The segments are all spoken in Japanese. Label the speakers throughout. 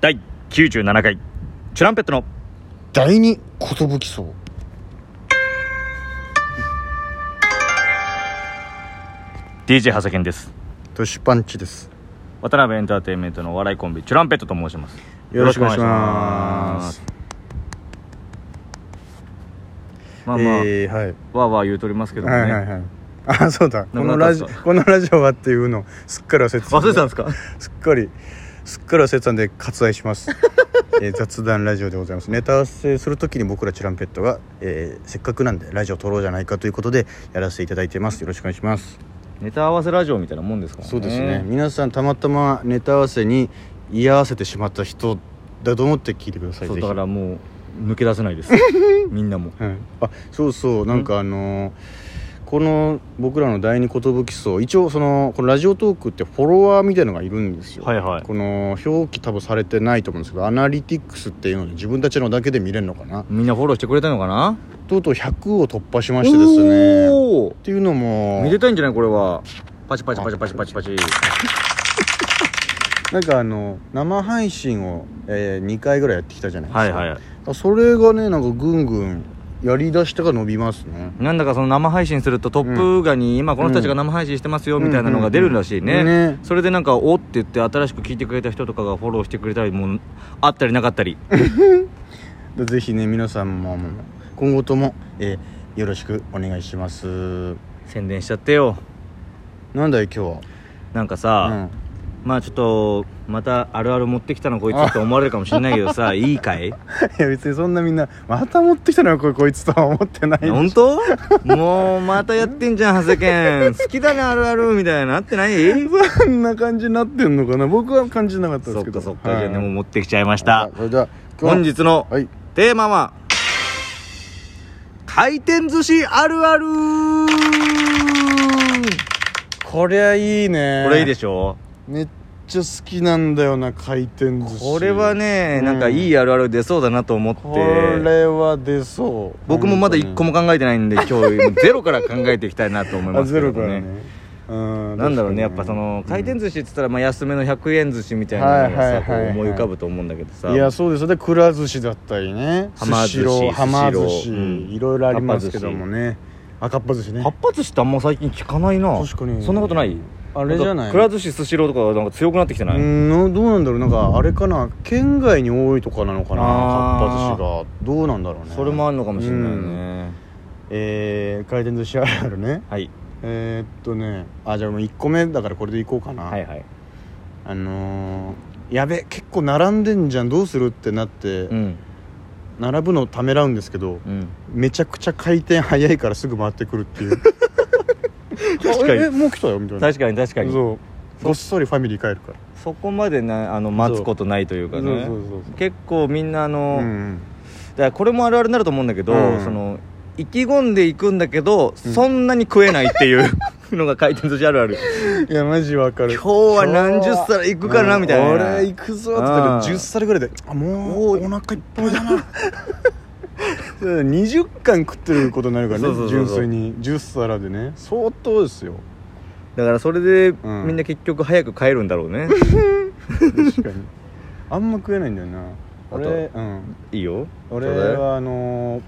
Speaker 1: 第97回チュランペットの
Speaker 2: 第二寿きそう
Speaker 1: 「DJ 長谷健です
Speaker 2: トシパンチです
Speaker 1: 渡辺エンターテインメントのお笑いコンビチュランペットと申します
Speaker 2: よろしくお願いします
Speaker 1: まあまあ、
Speaker 2: えーはい
Speaker 1: わーわー言うとりますけどもね、
Speaker 2: はいはいはいあそうだこ
Speaker 1: な
Speaker 2: の
Speaker 1: んかあ
Speaker 2: ラ
Speaker 1: っ
Speaker 2: ジ
Speaker 1: たんですか
Speaker 2: このラジオはっていうのすっかり忘れて
Speaker 1: 忘れてたんですか
Speaker 2: すっかりすっかり忘れてたんで割愛し ます、えー雑談ラジオでございますネタ合わせするときに僕らチュランペットが、えーせっかくなんでラジオ撮ろうじゃないかということでやらせていただいてますよろしくお願いします
Speaker 1: ネタ合わせラジオみたいなもんですからね
Speaker 2: そうですね皆さんたまたまネタ合わせに居合わせてしまった人だと思って聞いてください
Speaker 1: そう
Speaker 2: ぜ
Speaker 1: だ
Speaker 2: ひ
Speaker 1: からもう抜け出せない ですみんなも
Speaker 2: はい、あそうそうなんかあのーこの僕らの第二寿層一応そのこのラジオトークってフォロワーみたいのがいるんですよ、
Speaker 1: はいはい
Speaker 2: この表記多分されてないと思うんですけどアナリティクスっていうので自分たちのだけで見れるのかな
Speaker 1: みんなフォローしてくれたのかな
Speaker 2: とうとう100を突破しましてですねっ
Speaker 1: お
Speaker 2: ていうのも
Speaker 1: ーめでたいんじゃないこれはパチパチパチパチパチパチ
Speaker 2: なんかあの生配信を、え2回ぐらいやってきたじゃないですか、
Speaker 1: はいはい
Speaker 2: あそれがねなんかぐんぐんやりだしたが伸びますね
Speaker 1: なんだかその生配信するとトップガに今この人たちが生配信してますよみたいなのが出るらしいね,、
Speaker 2: うんうんね
Speaker 1: それでなんかおって言って新しく聞いてくれた人とかがフォローしてくれたりもあったりなかった り
Speaker 2: ぜひね皆さんも今後とも、えーよろしくお願いします
Speaker 1: 宣伝しちゃってよ
Speaker 2: なんだい今日
Speaker 1: なんか
Speaker 2: は、う
Speaker 1: さ、
Speaker 2: ん、
Speaker 1: まあちょっとまたあるある持ってきたのこいつって思われるかもしれないけど さいいかい
Speaker 2: いや別にそんなみんなまた持ってきたのよここいつとは思ってない
Speaker 1: 本当もうまたやってんじゃん長谷健好きだねあるあるみたいななってない
Speaker 2: そんな感じになってんのかな僕は感じなかったで
Speaker 1: そっ
Speaker 2: すけ
Speaker 1: か
Speaker 2: ど
Speaker 1: そっか、
Speaker 2: はい
Speaker 1: じゃあねもう持ってきちゃいました
Speaker 2: あそれでは今
Speaker 1: 本
Speaker 2: 日
Speaker 1: 日の
Speaker 2: はい
Speaker 1: テーマは回転寿司あるある
Speaker 2: こりゃいいね
Speaker 1: これいいで
Speaker 2: ょ
Speaker 1: しょ
Speaker 2: めっちゃ好きなんだよな回転寿司
Speaker 1: これはね、
Speaker 2: うん
Speaker 1: なんかいいあるある出そうだなと思っ
Speaker 2: こ
Speaker 1: て
Speaker 2: れは出そう
Speaker 1: 僕もまだ一個
Speaker 2: も
Speaker 1: も考えてないんで今日ゼロから考えていきたいなと思い
Speaker 2: あ
Speaker 1: ます
Speaker 2: ゼ
Speaker 1: けど
Speaker 2: ロ
Speaker 1: ね
Speaker 2: からねうん
Speaker 1: なんだろうねやっぱその回転寿司って言ったらまあ安めの100円寿司みたいなの
Speaker 2: はいは
Speaker 1: がさ
Speaker 2: い
Speaker 1: こ
Speaker 2: はいうはい
Speaker 1: 思い浮かぶと思うんだけどさ
Speaker 2: いやそうですよねくら寿司だったりね
Speaker 1: はま寿司
Speaker 2: スシローはま寿
Speaker 1: スシ
Speaker 2: 司
Speaker 1: ローうん
Speaker 2: いろいろありますけどもねあかっぱ寿司ね
Speaker 1: かっぱ寿司ってあんま最近聞かないな
Speaker 2: 確かに
Speaker 1: そんなことない
Speaker 2: あれじゃない
Speaker 1: んかくら寿司スシローとかなんか強くなってきてな
Speaker 2: う
Speaker 1: い、
Speaker 2: んのどうなんだろうなんかあれかな県外に多いとかなのかな
Speaker 1: あー
Speaker 2: かっぱ寿司がどうなんだろうね
Speaker 1: それもあるのかもしれないね、
Speaker 2: うんえー回転寿司あるあるね
Speaker 1: はい
Speaker 2: えーっとねあじゃあもう1個目だからこれでいこうかな
Speaker 1: はいはい
Speaker 2: あのーやべ結構並んでんじゃんどうするってなって
Speaker 1: うん
Speaker 2: 並ぶのためらうんですけど
Speaker 1: うん
Speaker 2: めちゃくちゃ回転早いからすぐ回ってくるっていう
Speaker 1: かに
Speaker 2: あえもう来たよみたいな
Speaker 1: 確かに確かにそ
Speaker 2: そうごっそりファミリー帰るから
Speaker 1: こまでなあの待つことないというかね
Speaker 2: そう
Speaker 1: 結構みんなあの、
Speaker 2: う
Speaker 1: だか
Speaker 2: ん
Speaker 1: らこれもあるあるになると思うんだけど、
Speaker 2: うん
Speaker 1: その意気込んでいくんだけど、
Speaker 2: うん
Speaker 1: そんなに食えないっていうのが回転寿司ある ある
Speaker 2: いやマジわかる
Speaker 1: 今日は何十皿いくかな
Speaker 2: うん
Speaker 1: みたいな
Speaker 2: 俺行くぞって言ったけ
Speaker 1: うん
Speaker 2: ど10皿ぐらいであもうお腹いっぱいだな 20貫食ってることになるから
Speaker 1: そうそう
Speaker 2: ね
Speaker 1: そう
Speaker 2: 純粋に10皿でね相当で すよ
Speaker 1: だからそれで、
Speaker 2: うん
Speaker 1: みんな結局早く帰るんだろう ね
Speaker 2: 確かにあんま食えないんだよな
Speaker 1: あと
Speaker 2: 俺うん
Speaker 1: いいよ
Speaker 2: 俺
Speaker 1: ちょうだい
Speaker 2: はあのー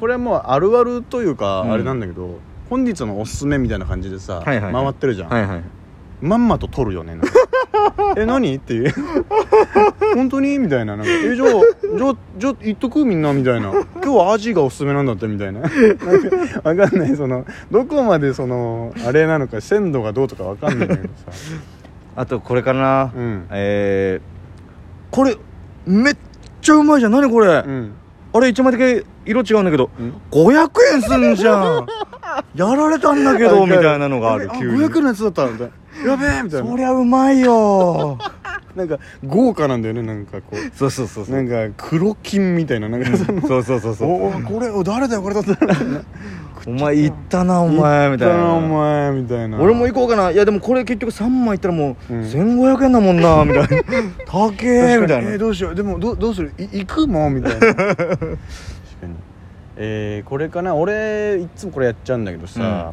Speaker 2: これはもうあるあるというか
Speaker 1: うん
Speaker 2: あれなんだけど、本日のおすすめみたいな感じでさ、
Speaker 1: はいはいはい
Speaker 2: 回ってるじゃん、
Speaker 1: はいはい
Speaker 2: まんまと撮るよ ねなんかえ何っていう本当にみたいななんかえじゃあじゃあじゃあ言っとくみんなみたいな今日はアジがおすすめなんだってみたいななんかわかんないそのどこまでそのあれなのか鮮度がどうとかわかんないんだけどさ
Speaker 1: あとこれかな、
Speaker 2: うん
Speaker 1: えー、これめっちゃうまいじゃん何これ、
Speaker 2: うん
Speaker 1: あれ一枚だけ色違うんだけど
Speaker 2: うん
Speaker 1: 500円すんじゃ んやられたんだけどみたいなのがある
Speaker 2: え
Speaker 1: 急に
Speaker 2: 500のやつだったみたいなやべえみたい
Speaker 1: そ
Speaker 2: な
Speaker 1: りゃうまいよ
Speaker 2: なんか豪華なんだよねなんかこう
Speaker 1: そうそうそうそう
Speaker 2: なんか黒金みたいななんかその
Speaker 1: そうそうそうそう
Speaker 2: おおこれお誰だよこれだったら
Speaker 1: お前行ったなお前みたいな
Speaker 2: お前みたいな
Speaker 1: 俺も行こうかないやでもこれ結局3枚いったらもう
Speaker 2: うん
Speaker 1: 1500円だもんな みたいな高えみたい
Speaker 2: えー
Speaker 1: な
Speaker 2: どうしようでもどどうするい行くもんみたい な確かにえーこれかな俺いつもこれやっちゃうんだけどさ、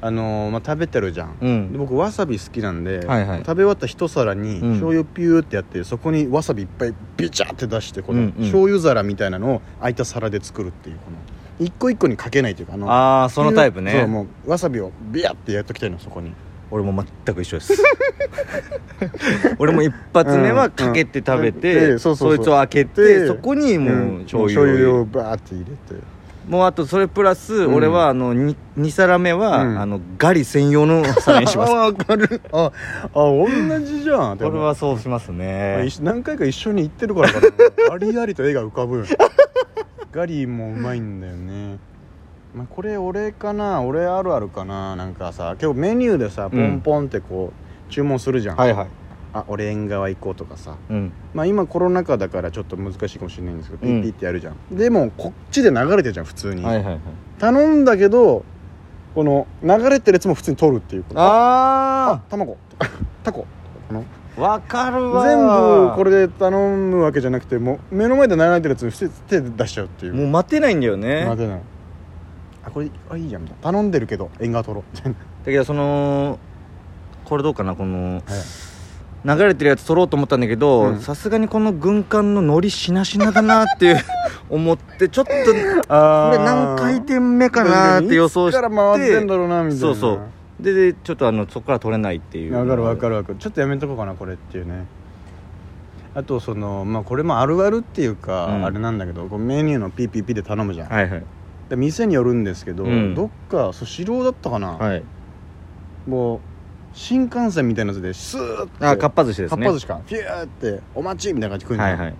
Speaker 2: あのーまあ、食べてるじゃん、
Speaker 1: うん
Speaker 2: で僕わさび好きなんで、
Speaker 1: はいはい
Speaker 2: 食べ終わった一皿に
Speaker 1: うん
Speaker 2: 醤油ピューってやって、そこにわさびいっぱいビチャって出してこ
Speaker 1: うんう
Speaker 2: の
Speaker 1: ん
Speaker 2: 醤油皿みたいなのを空いた皿で作るっていうこの一個一個にかけないっていうかあの
Speaker 1: ああそのタイプ
Speaker 2: そう
Speaker 1: ね
Speaker 2: もうわさびをビヤってやっときたいのそこに
Speaker 1: 俺も全く一緒です 俺も一発目はかけて食べ
Speaker 2: うんう
Speaker 1: て
Speaker 2: んそうそうそう
Speaker 1: いつを開けて
Speaker 2: で
Speaker 1: そこに
Speaker 2: ん
Speaker 1: もう醤油を
Speaker 2: 醤
Speaker 1: 入れ
Speaker 2: 油を
Speaker 1: る
Speaker 2: バーって入れて
Speaker 1: もうあとそれプラス
Speaker 2: うん
Speaker 1: 俺はあの 2, 二皿目は
Speaker 2: うん
Speaker 1: あのガリ専用の皿にします
Speaker 2: あ分かるああ同じじゃんでも
Speaker 1: 俺はそうします
Speaker 2: まあ
Speaker 1: ね
Speaker 2: 一緒何回か一緒に行ってるからか なありありと絵が浮かぶよねガリもうまいんだよね、まあ、これ俺かな俺あるあるかななんかさ結構メニューでさ
Speaker 1: う
Speaker 2: ポ
Speaker 1: ん
Speaker 2: ンポンってこう注文するじゃん、
Speaker 1: はいはい
Speaker 2: あ俺縁側行こうとかさ
Speaker 1: うん
Speaker 2: まあ今コロナ禍だからちょっと難しいかもしれないんですけどピ
Speaker 1: うん
Speaker 2: ッピッてやるじゃん、でもこっちで流れてるじゃん普通に、
Speaker 1: はいはいはい
Speaker 2: 頼んだけどこの流れてるやつも普通に取るっていうこと
Speaker 1: あ
Speaker 2: 卵 とかタコあの
Speaker 1: あわかるわ
Speaker 2: 全部これで頼むわけじゃなくてもう目の前で並んでるやつに伏せ手で出しちゃうっていう
Speaker 1: もう待てないんだよね
Speaker 2: 待てないあこれあいいやみたいな頼んでるけど縁側取ろ うみたいな
Speaker 1: だけどそのこれどうかなこの流れてるやつ取ろうと思ったんだけ
Speaker 2: う
Speaker 1: ど
Speaker 2: ん
Speaker 1: さすがにこの軍艦のノリしなしなだなっていう 思ってちょっとこれ
Speaker 2: あ
Speaker 1: 何回転目かなって予想
Speaker 2: いつから
Speaker 1: し
Speaker 2: 回ってんだ
Speaker 1: て
Speaker 2: ろうなみたいな
Speaker 1: そうそうででちょっとあのそこから取れないっていう
Speaker 2: わかるわか
Speaker 1: る
Speaker 2: るわかるちょっとやめとこうかなこれっていうねあとそのまあこれもあるあるっていうか、
Speaker 1: うん
Speaker 2: あれなんだけどこうメニューの PPP で頼むじゃん、
Speaker 1: はいはい
Speaker 2: で店によるんですけど、
Speaker 1: うん
Speaker 2: どっかそう白だったかな、
Speaker 1: はい
Speaker 2: もう新幹線みたいなやつでスーッて
Speaker 1: あかっぱ寿司です
Speaker 2: かっ
Speaker 1: ね
Speaker 2: ぱ寿司かピューって「お待ち!」みたいな感じで来るんだ
Speaker 1: は
Speaker 2: よ
Speaker 1: いはい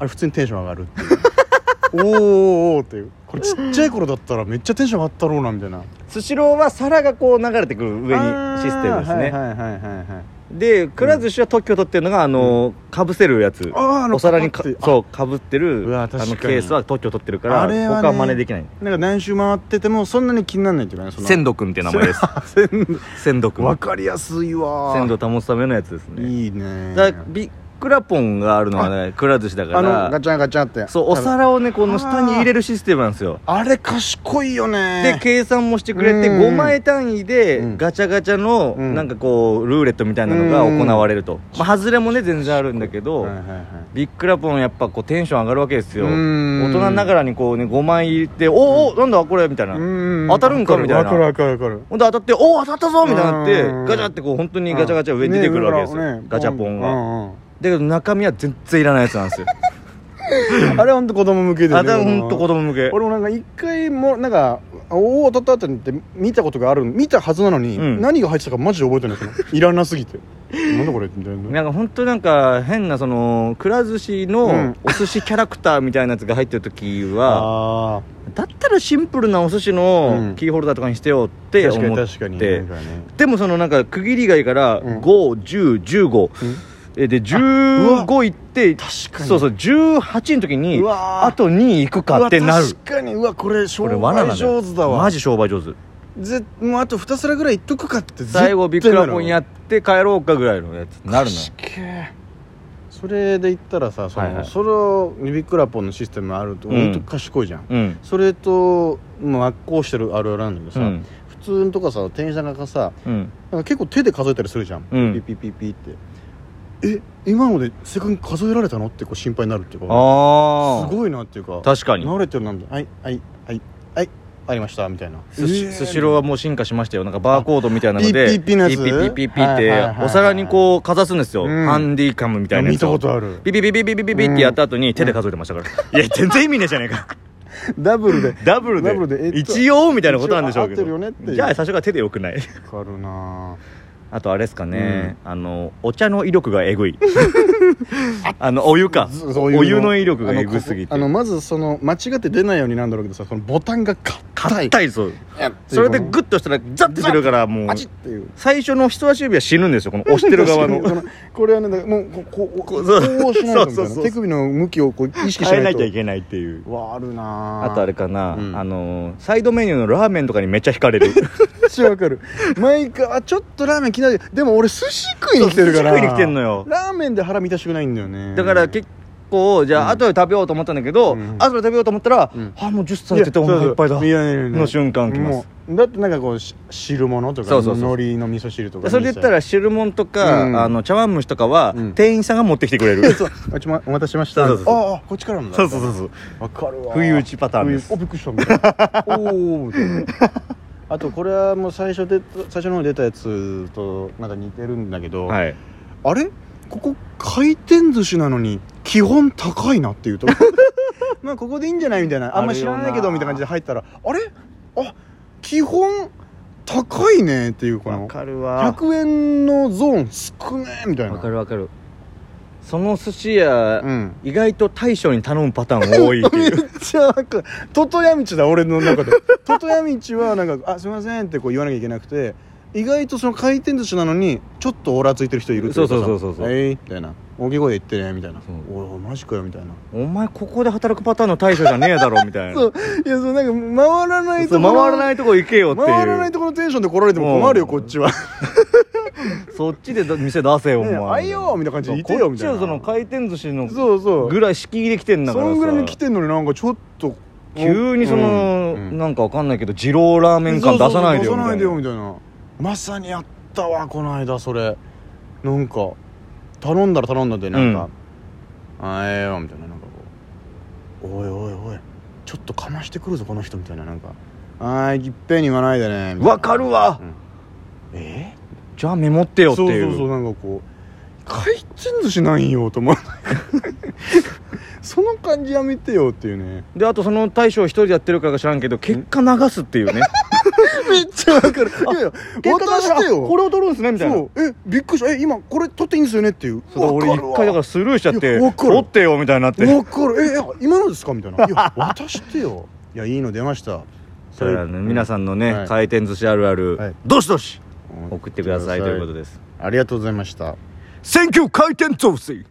Speaker 2: あれ普通にテンション上がるっていう おーおーおーっていうこれちっちゃい頃だったらめっちゃテンション上がったろうなみたいな
Speaker 1: スシローは皿がこう流れてくる上にシステムです
Speaker 2: あー
Speaker 1: ね
Speaker 2: はいはいはいはいはい
Speaker 1: でくら寿司は特許取ってるのがあのかぶせるやつ
Speaker 2: あーあの
Speaker 1: お皿にか
Speaker 2: パカッて
Speaker 1: そうかぶってる
Speaker 2: うわ
Speaker 1: あ
Speaker 2: 確かに
Speaker 1: のケースは特許取ってるから
Speaker 2: あれはね
Speaker 1: 他は真似できない
Speaker 2: なんか何周回っててもそんなに気にならないっていうかねその
Speaker 1: 鮮度くんって名前です
Speaker 2: 鮮度
Speaker 1: 鮮度く
Speaker 2: わ
Speaker 1: ん
Speaker 2: かりやすいわ
Speaker 1: 鮮度保つためのやつですね
Speaker 2: いいね
Speaker 1: だからビックラポンがあるのはねくら寿司だ
Speaker 2: あの
Speaker 1: か
Speaker 2: ガチャンガチャンって
Speaker 1: らそうお皿をねこの下に入れるシステムなんですよ
Speaker 2: あれ賢いよ
Speaker 1: で
Speaker 2: ね
Speaker 1: 計算もしてくれて
Speaker 2: うん
Speaker 1: 5枚単位で
Speaker 2: うん
Speaker 1: ガチャガチャの
Speaker 2: うん
Speaker 1: なんかこうルーレットみたいなのが行われるとまあ外れもね全然あるんだけど
Speaker 2: はいはいはい
Speaker 1: ビックラポンやっぱこうテンション上がるわけですよ
Speaker 2: うーん
Speaker 1: 大人ながらにこうね5枚入れて「おおおなんだこれ」みたいな
Speaker 2: う
Speaker 1: ほん
Speaker 2: ーん
Speaker 1: 当たるんかみたいな
Speaker 2: わかるわかるわかる
Speaker 1: で当たって「おお当たったぞ!」みたいになって
Speaker 2: うん
Speaker 1: ガチャってこう本当にガチャガチャ上に出てくるわけです
Speaker 2: ね
Speaker 1: よガチャポン
Speaker 2: う
Speaker 1: が
Speaker 2: んうん
Speaker 1: だけど中身は全然いらないやつ なんですよ
Speaker 2: あれは本当子供向けで、ね、
Speaker 1: あたほんと子供向け
Speaker 2: 俺もなんか一回もなんかおお当たった当たったって見たことがある見たはずなのに、
Speaker 1: うん
Speaker 2: 何が入ってたかマジで覚えてないそのいらなすぎてなんだこれみたいな
Speaker 1: なんか本当なんか変なそのくら寿司
Speaker 2: う
Speaker 1: の
Speaker 2: ん
Speaker 1: お寿司キャラクターみたいなやつが入ってる時は
Speaker 2: あ
Speaker 1: だったらシンプルなお寿司
Speaker 2: う
Speaker 1: の
Speaker 2: ん
Speaker 1: キーホルダーとかにしてよって
Speaker 2: ー確か
Speaker 1: 思
Speaker 2: に
Speaker 1: っ
Speaker 2: 確かに
Speaker 1: て
Speaker 2: なんかね
Speaker 1: でもそのなんか区切りがいいから
Speaker 2: うん
Speaker 1: 51015
Speaker 2: うん
Speaker 1: えで
Speaker 2: うわ
Speaker 1: 15行って
Speaker 2: 確かに
Speaker 1: そうそう18の時に
Speaker 2: うわー
Speaker 1: あと2行くかってなる
Speaker 2: うわ確かにうわこれ商
Speaker 1: これ罠な
Speaker 2: 売
Speaker 1: んだよ
Speaker 2: 上手だわ
Speaker 1: マジ商売上手
Speaker 2: ぜもうあと2皿ぐらいいっとくかって
Speaker 1: 最後ビックラポンや
Speaker 2: っ
Speaker 1: って帰ろうかぐらいのやつなるのよ
Speaker 2: それで言ったらさその、
Speaker 1: はいはい
Speaker 2: それをビックラポンのシステムあると
Speaker 1: うん
Speaker 2: 本当賢いじゃん
Speaker 1: うん
Speaker 2: それともう悪行してるあるあるなんだけど
Speaker 1: う
Speaker 2: さ、
Speaker 1: ん
Speaker 2: 普通のとかさ店員さんがさ
Speaker 1: うん
Speaker 2: なんか結構手で数えたりするじゃん、
Speaker 1: うん
Speaker 2: ピッピッピッピッってえ今ので正確に数えられたのってこう心配になるっていうか
Speaker 1: あ
Speaker 2: すごいなっていうか
Speaker 1: あ確かに
Speaker 2: 慣れてるなんだはいはいはいはいありましたみたいな
Speaker 1: スシ
Speaker 2: えー
Speaker 1: スシローはもう進化しましたよなんかバーコードみたいなので
Speaker 2: ピッピッピッのやつ
Speaker 1: ピッピッピッピッっ
Speaker 2: はいはいはいは
Speaker 1: て
Speaker 2: い
Speaker 1: お皿にこうかざすんですよ、
Speaker 2: うん
Speaker 1: ハンディカムみたいなや
Speaker 2: 見
Speaker 1: つ
Speaker 2: た
Speaker 1: を
Speaker 2: こと ある
Speaker 1: ピピピピピピピピってやった後に手で数えてましたから、いや全然意味ねえじゃねえか
Speaker 2: ダブルで
Speaker 1: ダブルで
Speaker 2: ダブルでえっと
Speaker 1: 一応みたいなことなんでしょうけ
Speaker 2: 一応合ってるよねってい
Speaker 1: ど
Speaker 2: う
Speaker 1: じゃあ最初から手でよくない
Speaker 2: わかるな
Speaker 1: あとあれですかね、あのお茶の威力がえ ぐいあのお湯か
Speaker 2: ずそういう
Speaker 1: お湯の威力がえぐすぎて
Speaker 2: あのこあのまずその間違って出ないようになんだろうけどさそのボタンが硬い
Speaker 1: 硬いそう
Speaker 2: いやってい
Speaker 1: そ
Speaker 2: う
Speaker 1: れで
Speaker 2: この
Speaker 1: グッとしたらザッて出るからもう
Speaker 2: パチッっていう
Speaker 1: 最初の人差し指は死ぬんですよこの押してる側の
Speaker 2: 確かにそ これはねだからもうこうこう
Speaker 1: こ
Speaker 2: こ
Speaker 1: う
Speaker 2: う
Speaker 1: そう
Speaker 2: こうしないとみ
Speaker 1: そ
Speaker 2: た
Speaker 1: う
Speaker 2: い
Speaker 1: そうそ
Speaker 2: な
Speaker 1: う
Speaker 2: 手首の向きをこう意識し
Speaker 1: 変え
Speaker 2: な
Speaker 1: ない
Speaker 2: と
Speaker 1: きゃいけないっていう
Speaker 2: わあるな
Speaker 1: あとあれ
Speaker 2: れ
Speaker 1: かな、
Speaker 2: うん
Speaker 1: あのサイドメニューのラーメンとかにめっちゃ惹かれる
Speaker 2: めっちゃわかる毎回あちょっとラーメン気になるでも俺寿司食いに来てるから
Speaker 1: そう寿司食いに来てんのよ
Speaker 2: ラーメンで腹満たしたくないんだよね
Speaker 1: だから結個をじゃあ後で食べようと思ったんだけど、
Speaker 2: うん
Speaker 1: 後で食べようと思ったら、
Speaker 2: うん
Speaker 1: あもう10歳って言ってお腹いっぱいだ
Speaker 2: やややや
Speaker 1: の瞬間来ます
Speaker 2: もうだってなんかこうし汁物とか
Speaker 1: そうそうそう
Speaker 2: 海苔の味噌汁とか
Speaker 1: それで言ったら汁物とか、
Speaker 2: うん
Speaker 1: あの茶碗蒸しとかは、
Speaker 2: うん
Speaker 1: 店員さんが持ってきてくれ るそう
Speaker 2: あちょまお待たせしました
Speaker 1: そうそうそう
Speaker 2: ああこっちからもだ
Speaker 1: そうそうそう
Speaker 2: わかるわ
Speaker 1: 不意打ちパターンです
Speaker 2: 不意おびっくりしたみたいなおーみたいな あとこれはもう最初で最初の方に出たやつとなんか似てるんだけど、
Speaker 1: はい
Speaker 2: あれここ回転寿司なのに基本高いなっていうとこ まあここでいいんじゃないみたいなあんま知らないけど
Speaker 1: あるよな
Speaker 2: みたいな感じで入ったらあれあ基本高いねっていうこ
Speaker 1: わ
Speaker 2: の
Speaker 1: かるわ
Speaker 2: 100円のゾーン少ねえみたいな
Speaker 1: わかるわかるその寿司屋、
Speaker 2: うん
Speaker 1: 意外と大将に頼むパターン多いって
Speaker 2: め
Speaker 1: い
Speaker 2: っ
Speaker 1: う
Speaker 2: ちゃわかるトトヤ道だ俺の 中でトトヤ道はなんか「あすいません」ってこう言わなきゃいけなくて意外とその回転寿司なのにちょっとオーラついてる人いるといかさ
Speaker 1: そうそうそうそうそう
Speaker 2: えい」みたいな大きい声で言ってねみたいな
Speaker 1: そう
Speaker 2: 「おいおいマジかよ」みたいな
Speaker 1: お前ここで働くパターンの大将じゃねえだろみたいな
Speaker 2: そ
Speaker 1: そう
Speaker 2: ういやそうなんか回らないところ
Speaker 1: 回らないとこ行けよっていう
Speaker 2: 回らないところのテンションで来られても困るよ
Speaker 1: うん
Speaker 2: こっちは
Speaker 1: そっちで店出せよお
Speaker 2: ねえ
Speaker 1: 前
Speaker 2: あいよみたいな感じでいてよみたいな
Speaker 1: こっちはその回転寿司の
Speaker 2: そうそう
Speaker 1: ぐらい敷居で来てんだか
Speaker 2: そ
Speaker 1: らさ
Speaker 2: んぐらいに来てんのになんかちょっと
Speaker 1: 急にその、
Speaker 2: うんうん
Speaker 1: なんかわかんないけど二郎ラーメン感出さないでよ
Speaker 2: そうそうそう出さないでよ
Speaker 1: み
Speaker 2: みたいなまさにあったわこの間それなんか頼んだら頼んだでなんか「あええよ」みたいななんかこう「おいおいおいちょっとかましてくるぞこの人」みたいななんか「あーいいっぺんに言わないでね」みたいな
Speaker 1: わかるわ
Speaker 2: うんえ
Speaker 1: じゃあメモってよって
Speaker 2: そう
Speaker 1: い
Speaker 2: そううそうなんかこう回転寿司ない よと思うその感じやめてよっていうね
Speaker 1: であとその大将一人でやってるからか知らんけど結果流すって いうね
Speaker 2: めっちゃわかるいやいや
Speaker 1: 結果
Speaker 2: 渡
Speaker 1: 流
Speaker 2: してよ
Speaker 1: あこれを取るんですねみたいな
Speaker 2: そうえびっくりしたえ今これ取っていいんですよねっていう
Speaker 1: そう
Speaker 2: わ
Speaker 1: 俺
Speaker 2: かるわ
Speaker 1: 一回だからスルーしちゃっ
Speaker 2: い
Speaker 1: て
Speaker 2: やわかる
Speaker 1: 取ってよみたいになって
Speaker 2: わかるえいや今のですかみたいない や渡してよいやいいの出ました
Speaker 1: それはね皆さんのね、
Speaker 2: はい
Speaker 1: 回転寿司あるある、
Speaker 2: はい
Speaker 1: どしどし
Speaker 2: うん
Speaker 1: 送ってくださいということです
Speaker 2: ありがとうございました
Speaker 1: 「Thank you 回転寿司」